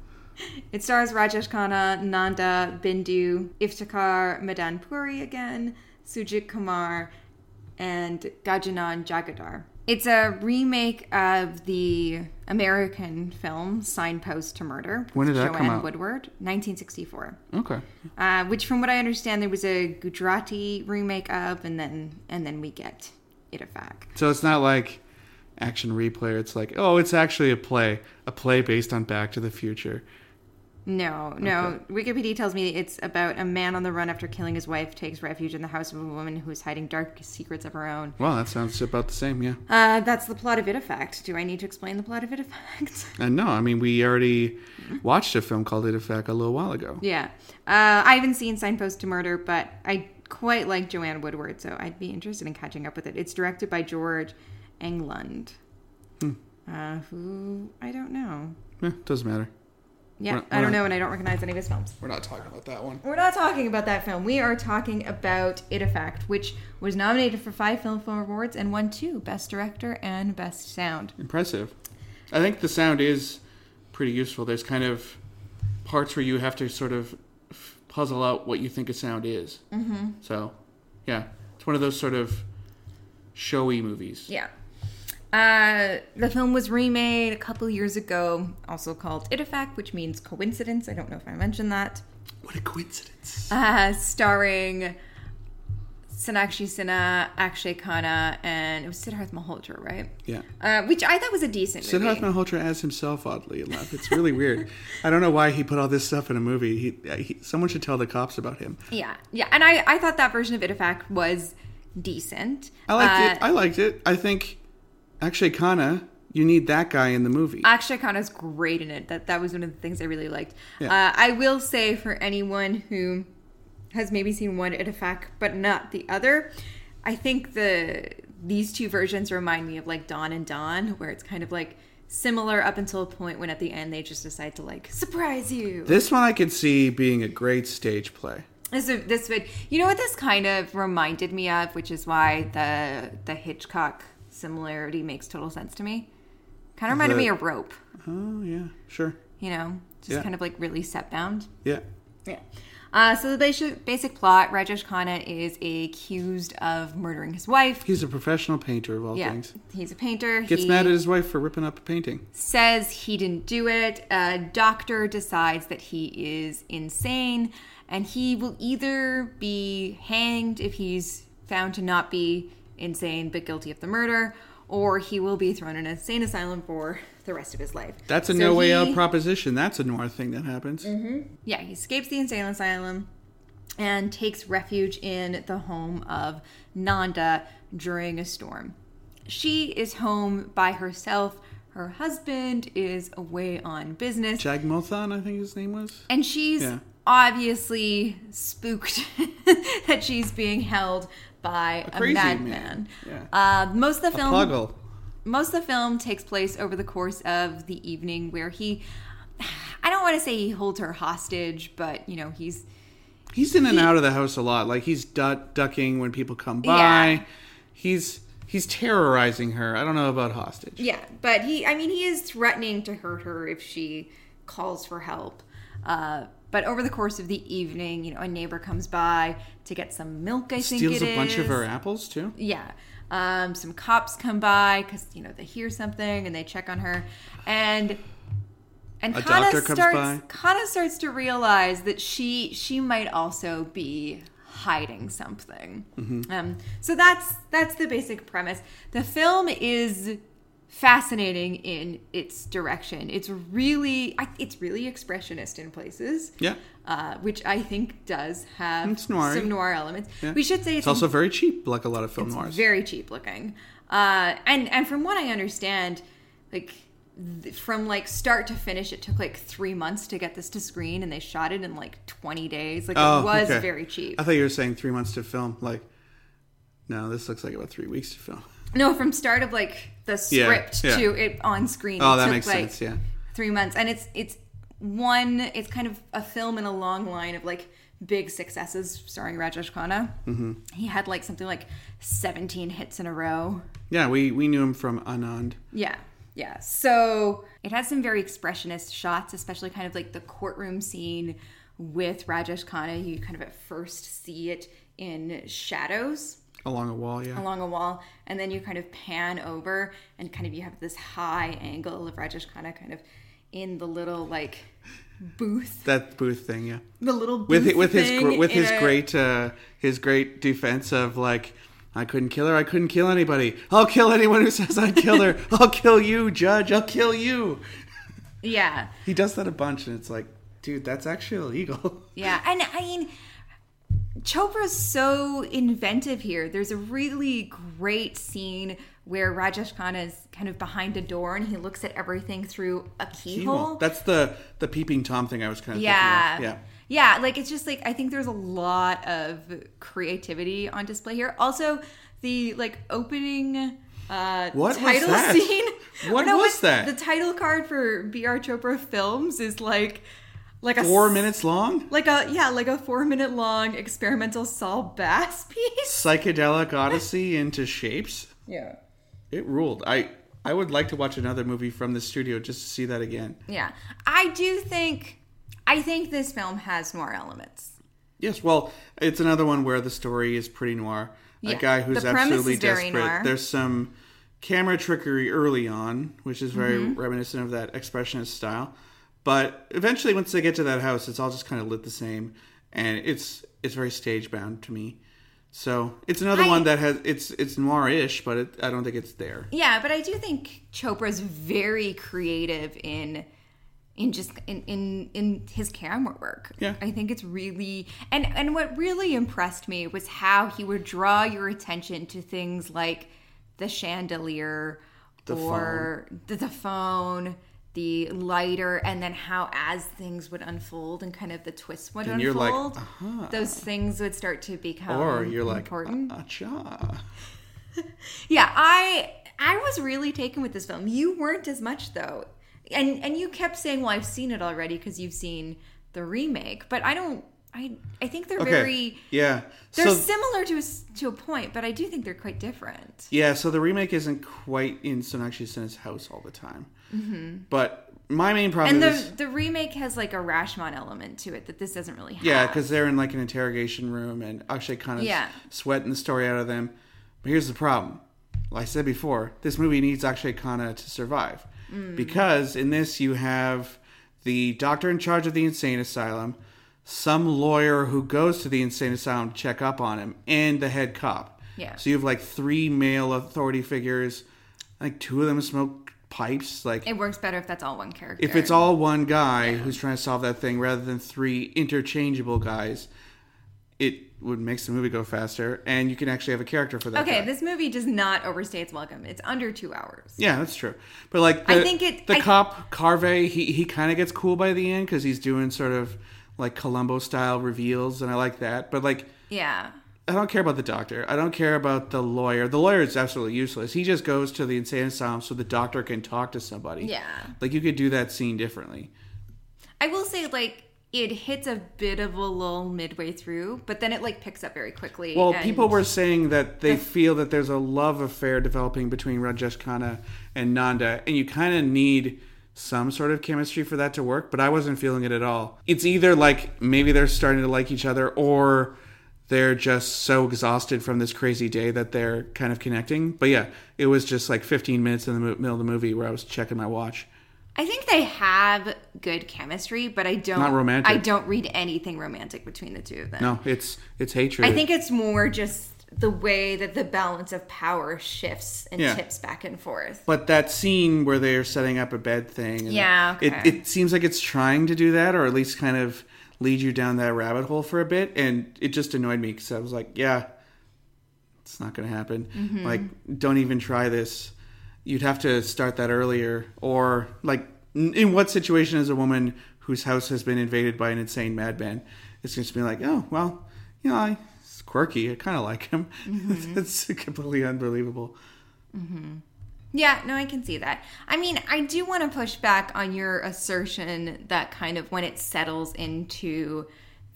S1: it stars Rajesh Khanna, Nanda, Bindu, Iftikhar Madan Puri again, Sujit Kumar, and Gajanan Jagadhar. It's a remake of the American film Signpost to Murder.
S2: When did
S1: Joanne
S2: that come out?
S1: Woodward, 1964.
S2: Okay.
S1: uh, which from what I understand there was a Gujarati remake of, and then and then we get Itafak.
S2: So it's not like action replay. It's like, oh, it's actually a play. A play based on Back to the Future.
S1: No, no. Wikipedia tells me it's about a man on the run after killing his wife takes refuge in the house of a woman who is hiding dark secrets of her own.
S2: Well, that sounds about the same, yeah.
S1: Uh, that's the plot of Itafak. Do I need to explain the plot of Itafak?
S2: And no, I mean, we already
S1: Mm-hmm.
S2: watched a film called It Effect a little while ago.
S1: yeah, uh, I haven't seen Signpost to Murder, but I quite like Joanne Woodward, so I'd be interested in catching up with it. It's directed by George Englund, uh, who I don't know.
S2: Eh, doesn't matter.
S1: Yeah,
S2: We're-
S1: I don't
S2: we're not-
S1: know, and I don't recognize any of his films.
S2: We're not talking about that one.
S1: We're not talking about that film. We are talking about It Effect, which was nominated for five Film Awards and won two Best Director and Best Sound.
S2: Impressive. I think the sound is pretty useful. There's kind of parts where you have to sort of f- puzzle out what you think a sound is. Mm-hmm. So, yeah, it's one of those sort of showy movies.
S1: Yeah. Uh, the film was remade a couple years ago, also called It Effect, which means coincidence. I don't know if I mentioned that.
S2: What a coincidence.
S1: Uh, starring Sanakshi Sinha, Akshay Khanna, and it was Siddharth Malhotra, right?
S2: Yeah.
S1: Uh, which I thought was a decent movie.
S2: Siddharth Malhotra as himself, oddly enough. It's really weird. I don't know why he put all this stuff in a movie. He, uh, he, someone should tell the cops about him.
S1: Yeah, yeah, and I I thought that version of Itifact was decent.
S2: I liked it.
S1: Uh,
S2: I liked it. I think Akshay Khanna, you need that guy in the movie.
S1: Akshay Khanna's great in it. That that was one of the things I really liked.
S2: Yeah.
S1: Uh, I will say for anyone who has maybe seen one Itifact but not the other, I think the these two versions remind me of like Dawn and Dawn, where it's kind of like similar up until a point when at the end they just decide to like surprise you.
S2: this one I could see being a great stage play.
S1: This would- this would you know what this kind of reminded me of, which is why the the Hitchcock similarity makes total sense to me. Kind of reminded
S2: The-
S1: me of Rope,
S2: Oh yeah, sure.
S1: you know, just
S2: Yeah.
S1: kind of like really set bound.
S2: Yeah.
S1: Yeah. Uh, so the basic basic plot: Rajesh Khanna is accused of murdering his wife.
S2: He's a professional painter of all
S1: Yeah,
S2: things.
S1: he's a painter.
S2: Gets
S1: he
S2: mad at his wife for ripping up a painting.
S1: says he didn't do it. A doctor decides that he is insane and he will either be hanged if he's found to not be insane but guilty of the murder, or he will be thrown in an insane asylum for the rest of his life.
S2: That's a
S1: So
S2: no way
S1: he- Mm-hmm.
S2: out proposition. That's a noir thing that happens.
S1: yeah, he escapes the insane asylum and takes refuge in the home of Nanda during a storm. She is home by herself. Her husband is away on business.
S2: Jagmothan, I think his name was.
S1: And she's
S2: Yeah.
S1: obviously spooked that she's being held by a,
S2: crazy
S1: madman.
S2: man. Yeah.
S1: Uh, most of the film,
S2: Pluggle.
S1: most of the film takes place over the course of the evening, where he, I don't want to say he holds her hostage, but you know he's
S2: He's in and out of the house a lot. Like he's du- ducking when people come by.
S1: Yeah.
S2: He's he's terrorizing her. I don't know about hostage.
S1: Yeah, but he, I mean, he is threatening to hurt her if she calls for help. Uh, but over the course of the evening, you know, a neighbor comes by to get some milk, I think it
S2: Steals a bunch
S1: is.
S2: of her apples too.
S1: Yeah. Um, some cops come by because, you know, they hear something and they check on her. And. And
S2: A
S1: Kana
S2: doctor comes
S1: starts,
S2: by.
S1: Kana starts to realize that she she might also be hiding something.
S2: Mm-hmm.
S1: Um, so that's that's the basic premise. The film is fascinating in its direction. It's really I- it's really expressionist in places.
S2: Yeah.
S1: Uh, which I think does have
S2: It's noir-y.
S1: some noir elements.
S2: Yeah.
S1: We should say
S2: It's also very cheap, like a lot of film noirs.
S1: very cheap looking. Uh, and and from what I understand, like th- from like start to finish, it took like three months to get this to screen, and they shot it in like twenty days. Like it was
S2: Oh, okay.
S1: very cheap.
S2: I thought you were saying three months to film. Like, no, this looks like about three weeks to film.
S1: No, from start of like the
S2: Yeah,
S1: script
S2: yeah.
S1: to it on screen.
S2: Oh,
S1: it
S2: that
S1: took,
S2: makes
S1: like,
S2: sense, yeah.
S1: three months, and it's it's one. It's kind of a film in a long line of like big successes starring Rajesh Khanna. Mm-hmm. He had like something like seventeen hits in a row.
S2: Yeah, we we knew him from Anand.
S1: Yeah. Yeah. So it has some very expressionist shots, especially kind of like the courtroom scene with Rajesh Khanna. You kind of at first see it in shadows
S2: Along a wall, yeah.
S1: along a wall, and then you kind of pan over and kind of you have this high angle of Rajesh Khanna kind of in the little like booth,
S2: that booth thing, yeah.
S1: the little booth
S2: With with his
S1: thing
S2: gr- with
S1: in
S2: his
S1: a-
S2: great uh, his great defense of like, I couldn't kill her. I couldn't kill anybody. I'll kill anyone who says I killed her. I'll kill you, Judge. I'll kill you.
S1: yeah.
S2: He does that a bunch, and it's like, dude, that's actually illegal.
S1: Yeah, and I mean, Chopra's so inventive here. There's a really great scene where Rajesh Khanna is kind of behind a door and he looks at everything through a keyhole.
S2: That's the the peeping tom thing I was kind of
S1: yeah.
S2: thinking of.
S1: Yeah, like it's just like I think there's a lot of creativity on display here. Also, the like opening uh
S2: What was
S1: title
S2: that?
S1: scene.
S2: What
S1: No,
S2: was
S1: it's-
S2: that?
S1: The title card for BR Chopra Films is like like a
S2: Yeah, four
S1: s-
S2: minutes long,
S1: like a yeah, like a four minute long experimental Saul Bass piece.
S2: psychedelic odyssey into shapes.
S1: Yeah.
S2: It ruled. I I would like to watch another movie from the studio just to see that again.
S1: Yeah. I do think I think this film has noir elements.
S2: Yes, well, it's another one where the story is pretty noir.
S1: Yeah,
S2: A guy who's
S1: the premise
S2: absolutely
S1: is very
S2: desperate.
S1: noir.
S2: There's some camera trickery early on, which is very
S1: Mm-hmm.
S2: reminiscent of that expressionist style. But eventually, once they get to that house, it's all just kind of lit the same, and it's it's very stage bound to me. So it's another
S1: I-
S2: one that has it's it's noir-ish, but it, I don't think it's there.
S1: Yeah, but I do think Chopra's very creative in in just in in, in his camera work.
S2: Yeah.
S1: I think it's really and and what really impressed me was how he would draw your attention to things like the chandelier or The, the phone the lighter and then how as things would unfold and kind of the twists would
S2: And you're like, "Uh-huh."
S1: unfold those things would start to become
S2: Or you're like,
S1: important
S2: acha.
S1: yeah, I I was really taken with this film. You weren't as much though. And and you kept saying, "Well, I've seen it already because you've seen the remake." But I don't I I think they're
S2: Okay.
S1: very
S2: yeah.
S1: they're
S2: So-
S1: similar to a, s- to a point, but I do think they're quite different.
S2: Yeah, so the remake isn't quite in Sonakshi Sinha's house all the time. Mm-hmm. But my main problem
S1: And
S2: is,
S1: the the remake has like a Rashomon element to it that this doesn't really have.
S2: yeah, because they're in like an interrogation room and Akshay kind of
S1: Yeah.
S2: sweating the story out of them. But here's the problem. Like I said before, this movie needs Akshay Khanna to survive.
S1: Mm.
S2: Because in this, you have the doctor in charge of the insane asylum, some lawyer who goes to the insane asylum to check up on him, and the head cop.
S1: Yeah.
S2: So you have like three male authority figures. I think two of them smoke pipes. Like,
S1: it works better if that's all one character.
S2: if it's all one guy who's trying to solve that thing rather than three interchangeable guys, it would makes the movie go faster, and you can actually have a character for that.
S1: Okay,
S2: guy.
S1: this movie does not overstay its welcome. It's under 2 hours.
S2: yeah, that's true. But like, the,
S1: I think it-
S2: the
S1: I-
S2: cop Carve, he he kind of gets cool by the end because he's doing sort of like Columbo style reveals, and I like that. But like,
S1: Yeah.
S2: I don't care about the doctor. I don't care about the lawyer. The lawyer is absolutely useless. He just goes to the insane asylum so the doctor can talk to somebody.
S1: Yeah.
S2: Like you could do that scene differently.
S1: I will say like it hits a bit of a lull midway through, but then it like picks up very quickly.
S2: Well,
S1: and-
S2: people were saying that they feel that there's a love affair developing between Rajesh Khanna and Nanda, and you kind of need some sort of chemistry for that to work, but I wasn't feeling it at all. It's either like maybe they're starting to like each other or they're just so exhausted from this crazy day that they're kind of connecting. But yeah, it was just like 15 minutes in the mo- middle of the movie where I was checking my watch.
S1: I think they have good chemistry, but I don't
S2: Not romantic.
S1: I don't read anything romantic between the two of them.
S2: No, it's it's hatred.
S1: I think it's more just the way that the balance of power shifts and
S2: Yeah.
S1: tips back and forth.
S2: But that scene where they're setting up a bed thing, and
S1: Yeah, okay.
S2: it, it seems like it's trying to do that, or at least kind of lead you down that rabbit hole for a bit, and it just annoyed me because I was like, yeah, it's not going to happen.
S1: Mm-hmm.
S2: Like, don't even try this. You'd have to start that earlier, or like, n- in what situation is a woman whose house has been invaded by an insane madman? It's just be like, oh well, you know, I, it's quirky. I kind of like him.
S1: Mm-hmm.
S2: it's completely unbelievable.
S1: Yeah, no, I can see that. I mean, I do want to push back on your assertion that kind of when it settles into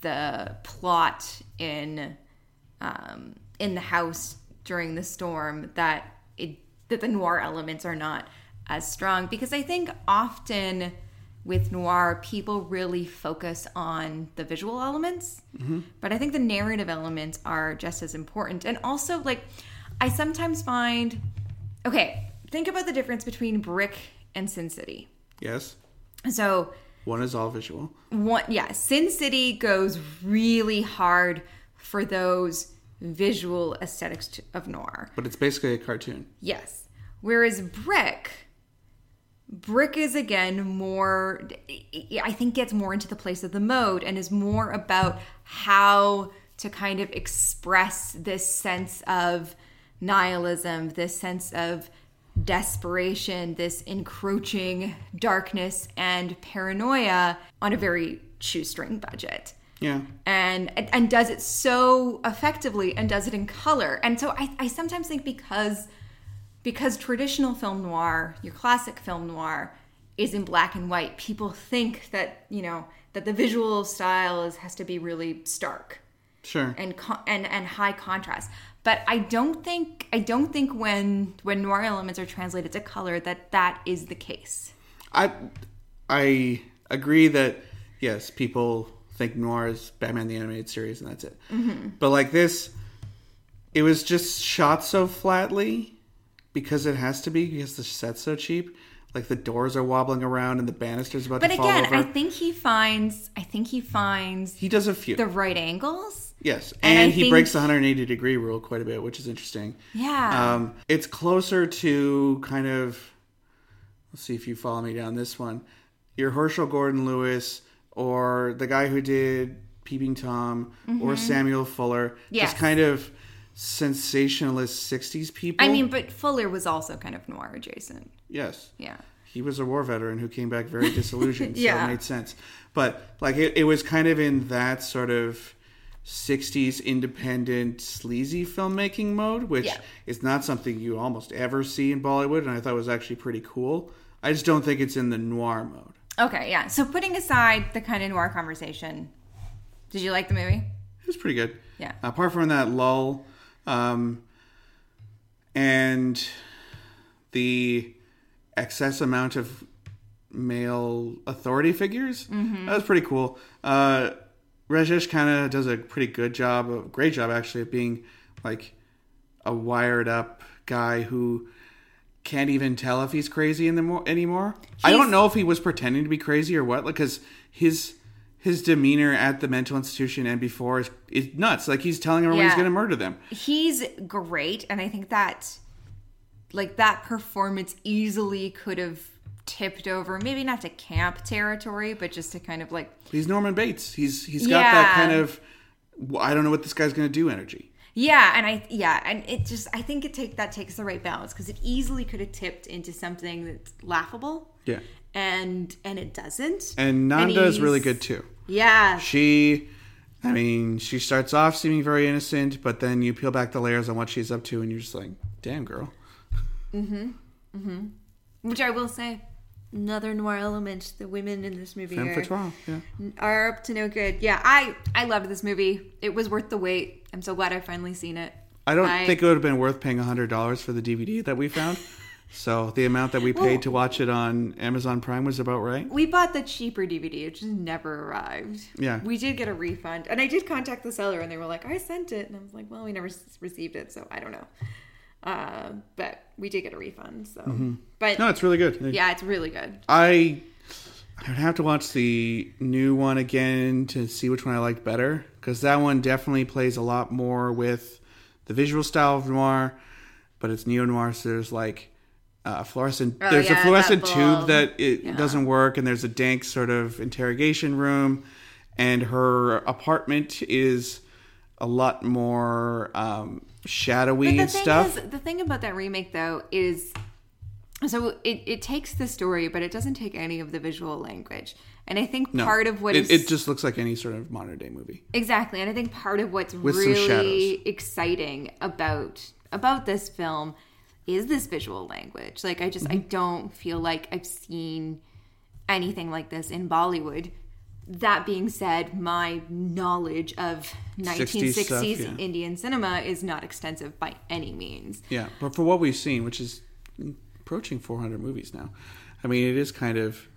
S1: the plot in um, in the house during the storm that it that the noir elements are not as strong because I think often with noir people really focus on the visual elements but I think the narrative elements are just as important and also like I sometimes find okay think about the difference between Brick and Sin City
S2: Yes,
S1: so
S2: one is all visual.
S1: one yeah sin city goes really hard for those visual aesthetics t- of noir
S2: But it's basically a cartoon.
S1: yes whereas brick brick is again more i think gets more into the place of the mode and is more about how to kind of express this sense of nihilism this sense of desperation this encroaching darkness and paranoia on a very shoestring budget
S2: Yeah.
S1: and and- and does it so effectively and does it in color and so I, I sometimes think because because traditional film noir your classic film noir is in black and white people think that you know that the visual style is, has to be really stark
S2: Sure.
S1: and con- and and high contrast. But I don't think I don't think when when noir elements are translated to color that that is the case.
S2: I I agree that yes, people think noir is Batman the animated series and that's it.
S1: Mm-hmm.
S2: But like this it was just shot so flatly because it has to be because the set's so cheap. Like the doors are wobbling around and the banisters about
S1: But
S2: to
S1: again,
S2: fall
S1: I
S2: over.
S1: think he finds I think he finds
S2: he does a few.
S1: the right angles.
S2: yes,
S1: and
S2: and,
S1: I
S2: he
S1: think-
S2: breaks the 180 degree rule quite a bit, which is interesting.
S1: Yeah.
S2: Um, it's closer to kind of. Let's see if you follow me down this one. Your Herschel Gordon Lewis, or the guy who did Peeping Tom, or Samuel Fuller.
S1: Mm-hmm. Yes.
S2: Just kind of sensationalist 60s people.
S1: I mean, but Fuller was also kind of noir adjacent.
S2: yes.
S1: Yeah.
S2: He was a war veteran who came back very disillusioned, so
S1: Yeah.
S2: it made sense. But like it, it was kind of in that sort of 60s independent sleazy filmmaking mode, which
S1: Yeah.
S2: is not something you almost ever see in Bollywood, and I thought was actually pretty cool. I just don't think it's in the noir mode.
S1: Okay, yeah. So putting aside the kind of noir conversation, did you like the movie?
S2: It was pretty good.
S1: Yeah.
S2: Apart from that lull, um, and the excess amount of male authority figures,
S1: Mm-hmm.
S2: that was pretty cool. Uh, Rajesh kind of does a pretty good job, a great job actually, of being like a wired up guy who can't even tell if he's crazy in the mo- anymore. I don't know if he was pretending to be crazy or what, like because his his demeanor at the mental institution and before is, is nuts. Like he's telling everyone he's
S1: Yeah.
S2: going to murder them.
S1: he's great and i think that like that performance easily could have tipped over maybe not to camp territory but just to kind of like
S2: He's Norman Bates. He's he's got that
S1: Yeah.
S2: kind of "Well, I don't know what this guy's going to do energy.
S1: yeah and i yeah and it just i think it take that takes the right balance because it easily could have tipped into something that's laughable
S2: Yeah.
S1: and and it doesn't
S2: And Nanda is really
S1: he's-
S2: good too.
S1: yeah
S2: She, I mean, she starts off seeming very innocent, but then you peel back the layers on what she's up to, and you're just like, damn, girl.
S1: which i will say another noir element. The women in this movie
S2: Femme
S1: are,
S2: fatale, yeah.
S1: are up to no good. Yeah, I I loved this movie. It was worth the wait. I'm so glad I finally seen it.
S2: I don't
S1: I-
S2: think it would have been worth paying hundred dollars for the DVD that we found. so the amount that we paid
S1: Well-
S2: to watch it on Amazon Prime was about right.
S1: We bought the cheaper DVD, which just never arrived.
S2: Yeah.
S1: we did get a refund, and I did contact the seller, and they were like, "I sent it," and I was like, "Well, we never s- received it, so I don't know." Uh, but we did get a refund, so. But
S2: Mm-hmm. No, it's really good.
S1: yeah, it's really good.
S2: I I would have to watch the new one again to see which one I liked better because that one definitely plays a lot more with the visual style of noir, but it's neo noir. So there's like a fluorescent.
S1: Oh,
S2: there's
S1: yeah,
S2: a fluorescent
S1: that
S2: tube
S1: bulb.
S2: that it doesn't work, and there's a dank sort of interrogation room, and her apartment is a lot more um, shadowy
S1: But
S2: and stuff.
S1: Is, the thing about that remake though is so it, it takes the story, but it doesn't take any of the visual language. And I think
S2: No,
S1: part of what
S2: it,
S1: is
S2: it just looks like any sort of modern day movie.
S1: exactly, and I think part of what's
S2: With some shadows.
S1: really exciting about about this film is this visual language. Like I just I
S2: Mm-hmm.
S1: don't feel like I've seen anything like this in Bollywood. That being said, my knowledge of 1960s
S2: 60s stuff, yeah.
S1: Indian cinema is not extensive by any means.
S2: Yeah, but for what we've seen, which is approaching 400 movies now, I mean, it is kind of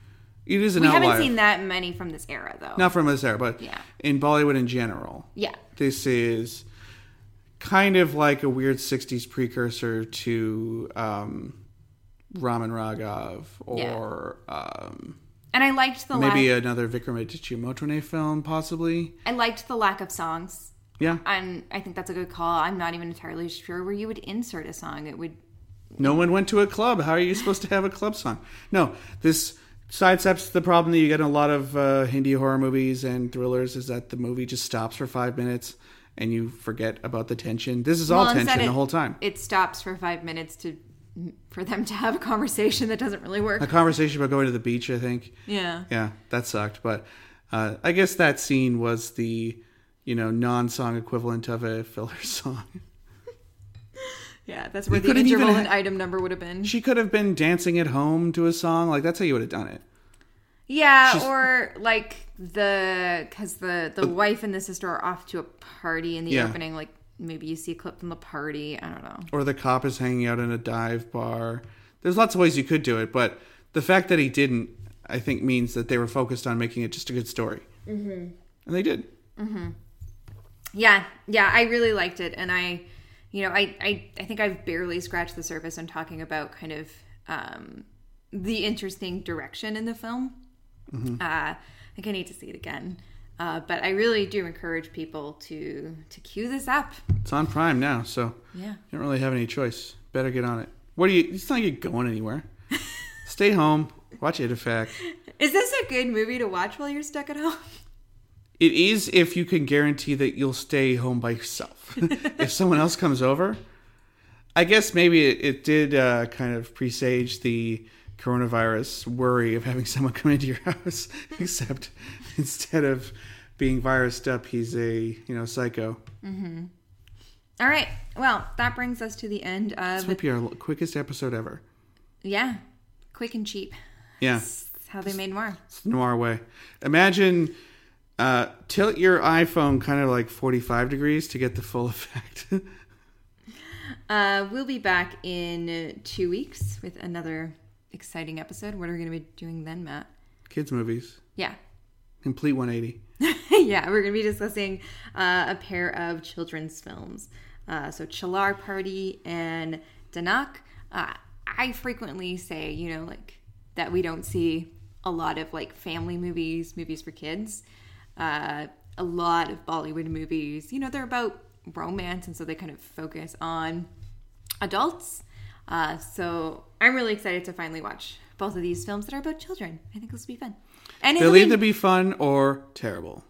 S2: it is an
S1: We
S2: outlier.
S1: haven't seen that many from this era, though.
S2: Not from this era, but
S1: Yeah.
S2: in Bollywood in general,
S1: Yeah.
S2: this is kind of like a weird 60s precursor to um, Raman Raghav or um,
S1: And I liked the
S2: maybe
S1: lack.
S2: another Vikram Motone film, possibly.
S1: I liked the lack of songs.
S2: Yeah,
S1: And I think that's a good call. I'm not even entirely sure where you would insert a song. It would.
S2: No one went to a club. How are you supposed to have a club song? No, this sidesteps the problem that you get in a lot of uh, Hindi horror movies and thrillers is that the movie just stops for five minutes and you forget about the tension. This is all
S1: Well, instead
S2: tension the
S1: it-
S2: whole time.
S1: It stops for five minutes to for them to have a conversation that doesn't really work.
S2: a conversation about going to the beach, I think.
S1: Yeah.
S2: Yeah, that sucked. But uh, I guess that scene was the, you know, non-song equivalent of a filler song.
S1: Yeah. That's where
S2: You
S1: the
S2: couldn't even
S1: interval
S2: ha-
S1: and item number would have been.
S2: She could have been dancing at home to a song. Like that's how you would have done it.
S1: Yeah,
S2: She's- Uh,
S1: or like the because the the wife and the sister are off to a party in the
S2: Yeah.
S1: opening. Like maybe you see a clip from the party. I don't know.
S2: or the cop is hanging out in a dive bar. There's lots of ways you could do it, but the fact that he didn't, I think, means that they were focused on making it just a good story. Mm-hmm. And they did.
S1: Yeah, yeah, I really liked it, and I, you know, I, I, I think I've barely scratched the surface on talking about kind of um, the interesting direction in the film. Uh, I think I need to see it again, uh, but I really do encourage people to to cue this up.
S2: It's on Prime now, so
S1: Yeah.
S2: you don't really have any choice. Better get on it. What do you? It's not like you're going anywhere. Stay home. Watch It Effect.
S1: Is this a good movie to watch while you're stuck at home?
S2: It is if you can guarantee that you'll stay home by yourself. if someone else comes over, I guess maybe it, it did uh, kind of presage the coronavirus worry of having someone come into your house, except instead of being virused up, he's a you know psycho.
S1: All right. Well, that brings us to the end
S2: This
S1: of
S2: might be our l- quickest episode ever.
S1: yeah, quick and cheap.
S2: Yeah,
S1: That's how they made more.
S2: it's the noir way. Imagine uh, tilt your iPhone kind of like forty-five degrees to get the full effect.
S1: Uh, we'll be back in two weeks with another exciting episode. What are we going to be doing then, Matt?
S2: Kids movies,
S1: Yeah.
S2: complete one eighty.
S1: yeah, we're going to be discussing uh, a pair of children's films. Uh, so, Chalar Party and Danak. Uh, I frequently say, you know, like that we don't see a lot of like family movies, movies for kids. Uh, a lot of Bollywood movies, you know, they're about romance, and so they kind of focus on adults. Uh, so I'm really excited to finally watch both of these films that are about children. I think this will be fun. And it'll
S2: They'll
S1: be- Uh,
S2: either be fun or terrible.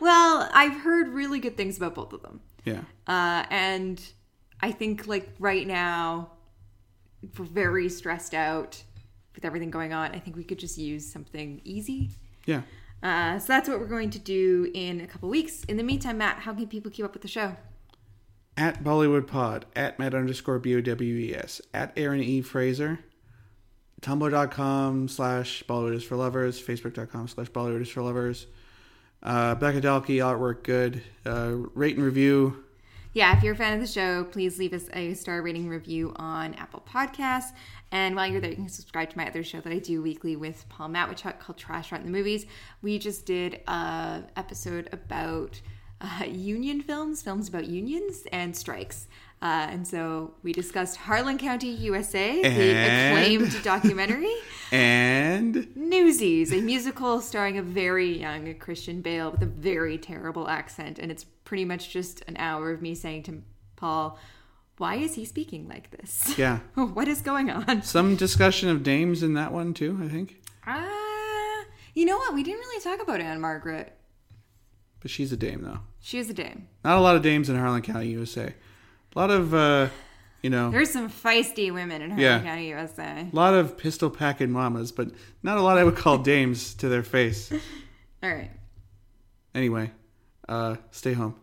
S1: well, I've heard really good things about both of them.
S2: Yeah.
S1: Uh, and I think, like, right now, we're very stressed out with everything going on. I think we could just use something easy.
S2: Yeah.
S1: Uh, so that's what we're going to do in a couple weeks. In the meantime, Matt, how can people keep up with the show?
S2: At Bollywood Pod, at Matt underscore B O W E S, at Aaron E. Fraser, tumblr.com slash Bollywood is for lovers, facebook.com slash Bollywood is for lovers. Uh, Becca Dalkey, artwork good. Uh, rate and review.
S1: Yeah, if you're a fan of the show, please leave us a star rating review on Apple Podcasts. And while you're there, you can subscribe to my other show that I do weekly with Paul Matwichuk called Trash Rot in the Movies. We just did a episode about uh, union films, films about unions and strikes. Uh, and so we discussed Harlan County, USA, the
S2: And-
S1: acclaimed documentary.
S2: And
S1: Newsies, a musical starring a very young Christian Bale with a very terrible accent, and it's pretty much just an hour of me saying to Paul, "Why is he speaking like this?
S2: yeah,
S1: what is going on?"
S2: some discussion of names in that one too, I think.
S1: Ah, you know what? We didn't really talk about Anne Margaret.
S2: But she's a dame though.
S1: She was a dame.
S2: Not a lot of dames in Harlan County, USA. A lot of, uh, you know,
S1: There's some feisty women in Harlan
S2: Yeah.
S1: County, USA.
S2: a lot of pistol packing mamas, but not a lot I would call dames to their face.
S1: All right.
S2: Anyway, uh, stay home.